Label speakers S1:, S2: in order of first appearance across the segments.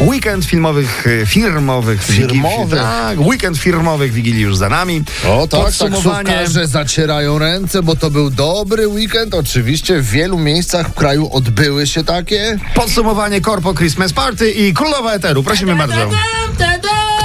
S1: Weekend filmowych, e, firmowych. wigi-
S2: Firmowych.
S1: Tak, weekend firmowych Wigilii już za nami.
S2: O tak,
S1: Podsumowanie.
S2: taksówkarze zacierają ręce, bo to był dobry weekend. Oczywiście w wielu miejscach w kraju odbyły się takie.
S1: Podsumowanie Korpo Christmas Party i Królowa Eteru. Prosimy bardzo.
S3: tak,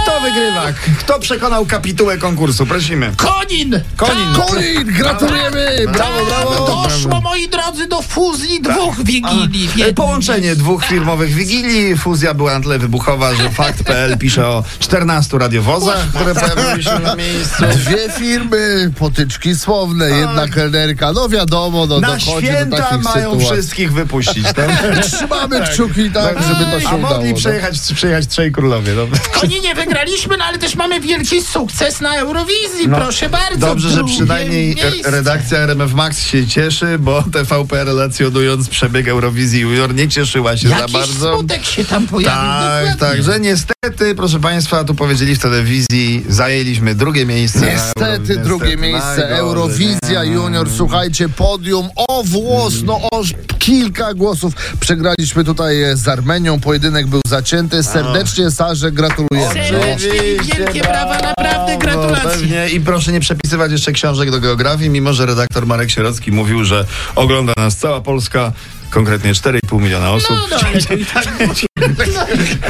S1: Kto wygrywa? K- Kto przekonał kapitułę konkursu? Prosimy.
S3: Konin! Tak,
S1: Konin.
S2: Kolin, gratulujemy! Brawo, brawo!
S3: Doszło, moi drodzy, do fuzji dwóch Wigilii.
S1: E, Połączenie dwóch firmowych wigilii. Fuzja była na tyle wybuchowa, że fakt.pl pisze o 14 radiowozach, które pojawiły się na miejscu.
S2: Dwie firmy, potyczki słowne, jedna kelnerka. No wiadomo, no,
S1: Tak. Na
S2: dochodzi do
S1: święta
S2: takich
S1: mają
S2: sytuacji.
S1: wszystkich wypuścić. Tak?
S2: Trzymamy kciuki tak, żeby to się
S1: A
S2: udało.
S1: mogli
S2: no.
S1: przejechać, przyjechać trzej królowie. No.
S3: W Koninie wygraliśmy, no ale też mamy wielki sukces na Eurowizji,
S1: No,
S3: proszę bardzo.
S1: Dobrze, że
S3: drugie
S1: przynajmniej re-
S3: miejsce.
S1: redakcja RMF Max się cieszy, bo TVP relacjonując przebieg Eurowizji Junior nie cieszyła się
S3: Jakiś
S1: za bardzo.
S3: smutek się tam pojawił.
S1: Tak,
S3: dokładnie.
S1: tak, że niestety, proszę Państwa, tu powiedzieli w telewizji, zajęliśmy drugie miejsce. na Euro-
S2: Niestety drugie miejsce,
S1: najgorzej.
S2: Eurowizja Junior, słuchajcie, podium o włos, no o ż- kilka głosów. Przegraliśmy tutaj e, z Armenią, pojedynek był zacięty.
S1: Tak.
S2: Serdecznie Sarze gratulujemy.
S3: Serdecznie i wielkie brawa, naprawdę
S1: No,
S3: gratulacje.
S1: pewnie. I proszę nie przepisywać jeszcze książek do geografii, mimo że redaktor Marek Sierocki mówił, że ogląda nas cała Polska, konkretnie 4,5 miliona osób.
S3: No, no, ale to i tak.
S1: tak.
S3: No,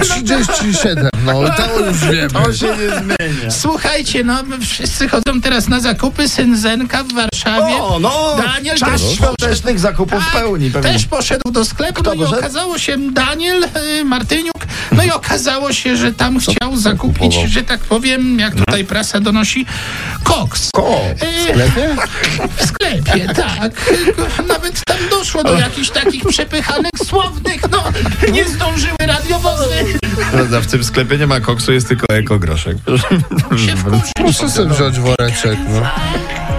S2: 37, no to już wiemy.
S1: To się nie zmienia.
S3: Słuchajcie, no my wszyscy chodzą teraz na zakupy synzenka w Warszawie.
S1: O, no!
S3: Daniel
S1: czas
S3: też
S1: świątecznych zakupów w
S3: Tak,
S1: pełni pewnie.
S3: Też poszedł do sklepu, no i
S1: poszedł?
S3: okazało się Daniel y, Martyniuk, no i okazało się, że tam chciał zakupić,
S2: kupował?
S3: że tak powiem, jak tutaj prasa donosi, koks.
S1: O,
S3: Y, W sklepie, tak. Nawet tam doszło do jakichś takich przepychanek słownych, no nie zdążyły radiowozy
S1: prawda, w tym sklepie nie ma koksu, jest tylko ekogroszek.
S3: się wkurzyć.
S2: Muszę sobie wziąć woreczek, no.